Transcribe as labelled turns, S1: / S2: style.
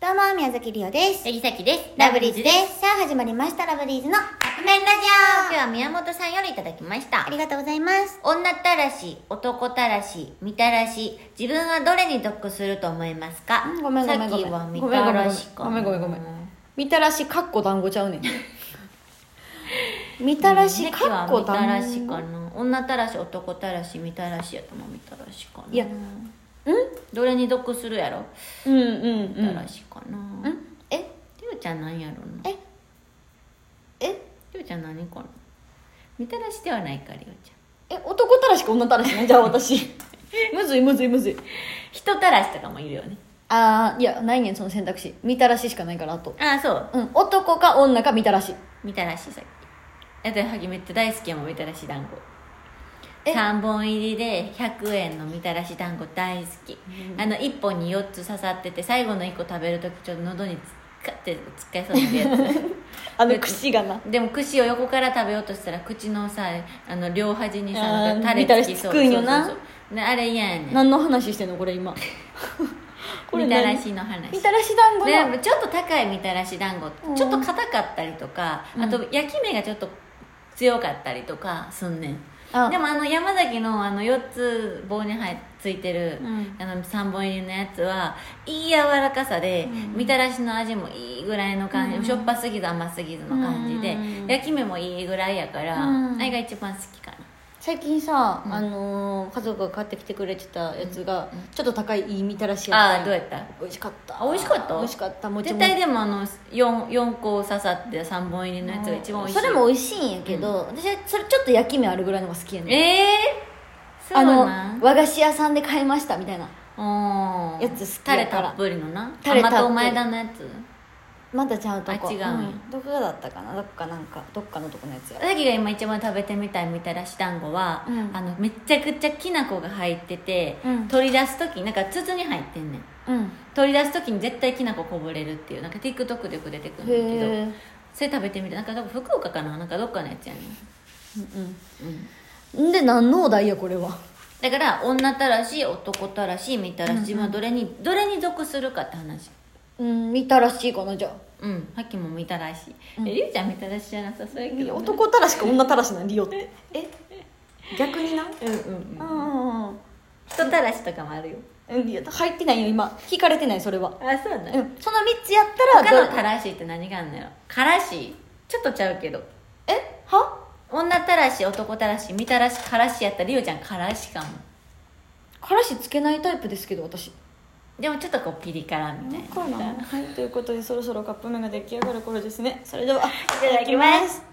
S1: どうも、宮崎りおです。
S2: 杉崎です。。
S1: ラブリーズですす。さあ、始まりました、ラブリーズのカップ麺ラ
S2: 今
S1: ジ
S2: 日は宮本さんよりいただきまし
S1: オあ
S2: た。
S1: りがとうございます。
S2: 女たらし、男たらし、みたらし、自分はどれに属すると思いますか
S1: うんごめんごめんごめん
S2: さっきはみたらしか
S3: ご
S2: な。
S3: めんごめんごめんごめんごめんごめんみたらしかっこ団子ちゃ うねん
S1: みたらし、
S2: さっき
S1: か
S2: は
S1: っこ
S2: みたらし
S1: ん
S2: かな。女たらし、男たらし、みたらしやともみたらしかな。
S3: いや
S2: どれに属するやろ
S3: うんうんう
S2: みたら
S3: ん
S2: しかな。うん
S1: え、
S2: りょうちゃんなんやろな。
S1: え、え、
S2: りょうちゃん何かなみたらしではないか、りょうちゃん。
S3: え男たらしか女たらしねじゃあ 私むずいむずいむずい
S2: 人たらしとかもいるよね。
S3: ああいやないねんその選択肢みたらししかないからあと
S2: ああ、そう。
S3: うん男か女かみたらし
S2: みたらしさっきあとはぎめっちゃ大好きやもんみたらし団子
S1: え
S2: 3本入りで100円のみたらし団子大好き、あの1本に4つ刺さってて最後の1個食べる時ちょっと喉につっかってつっかえそうになるや
S3: あの口がな
S2: つでも串を横から食べようとしたら口のさあの両端に
S3: あ
S2: さ
S3: ー
S2: タレつきそう
S3: みたらしつくんよな
S2: そうそうそうねあれ嫌やねん
S3: 何の話してんのこれ今これ
S2: みたら
S3: 何
S2: しの話
S3: みたらし団子
S2: で
S3: の
S2: ちょっと高いみたらし団子って
S3: うん
S2: ちょっと硬かったりとか、あと焼き目がちょっと強かったりとかすんねん
S3: あ
S2: でもあの山崎のあの4つ棒に入っついてる、
S3: うん
S2: あの3本入りのやつはいい柔らかさで、みたらしの味もいいぐらいの感じ、しょっぱすぎず甘すぎずの感じで、
S3: うん
S2: 焼き目もいいぐらいやから、
S3: うん
S2: あれが一番好きかな
S3: 最近さ、あのー家族が買ってきてくれてたやつが、ちょっと高いいいみたらしや
S2: ああーどうやった
S3: 美味しかった
S2: あ美味しかった
S3: 美味しかったもち
S2: 絶
S3: もち
S2: 対でもあの 4, 四個刺さって3本入りのやつが一番美味しい
S3: それも美味しいんやけど、私はそれちょっと焼き目あるぐらいのが好きやねん
S2: ええー、そう
S3: あの
S2: なん
S3: 和菓子屋さんで買いましたみたいな
S2: あ
S3: やつ好き
S2: タレ
S3: やから
S2: たっぷりのな
S3: タレたっぷり
S2: 甘党前田のやつ
S3: またちゃうとこ
S2: あ違うんや
S3: んどこがだったかなどっかなんかどっかのとこのやつや
S2: さきが今一番食べてみたいみたらし団子は、
S3: うん
S2: あのめちゃくちゃきな粉が入ってて、
S3: うん
S2: 取り出す時なんか筒に入ってんねん
S3: うん
S2: 取り出す時に絶対きな粉こぼれるっていうなんか TikTok でよく出てくるんだけ
S3: へ
S2: どそれ食べてみたなんか多分福岡かななんかどっかのやつやねん、うん
S3: えんで何のお題やこれは
S2: だから女たらし男たらしみたらし自分はどれに、どれに属するかって話
S3: うんみたらしいかなじゃあ
S2: うんさっきもみたらし、えりゅうちゃんみたらしじゃなさそうやけどな
S3: 男たらしか女たらしなんリオって
S1: え、逆にな。
S2: うんう
S3: う
S2: んうん
S3: んうん
S2: 人たらしとかもあるよ
S3: うんいや入ってないよ今聞かれてないそれは
S2: あそうなの
S3: うんその3つやったら
S2: 他の
S3: ど
S2: たらしって何があんのやろからしちょっとちゃうけど
S3: えは
S2: 女たらし男たらしみたらしからしやったらりおちゃんからしかも
S3: からしつけないタイプですけど私
S2: でもちょっとこうピリ辛みたいな
S3: はいということでそろそろカップ麺が出来上がる頃ですねそれではい
S2: ただきます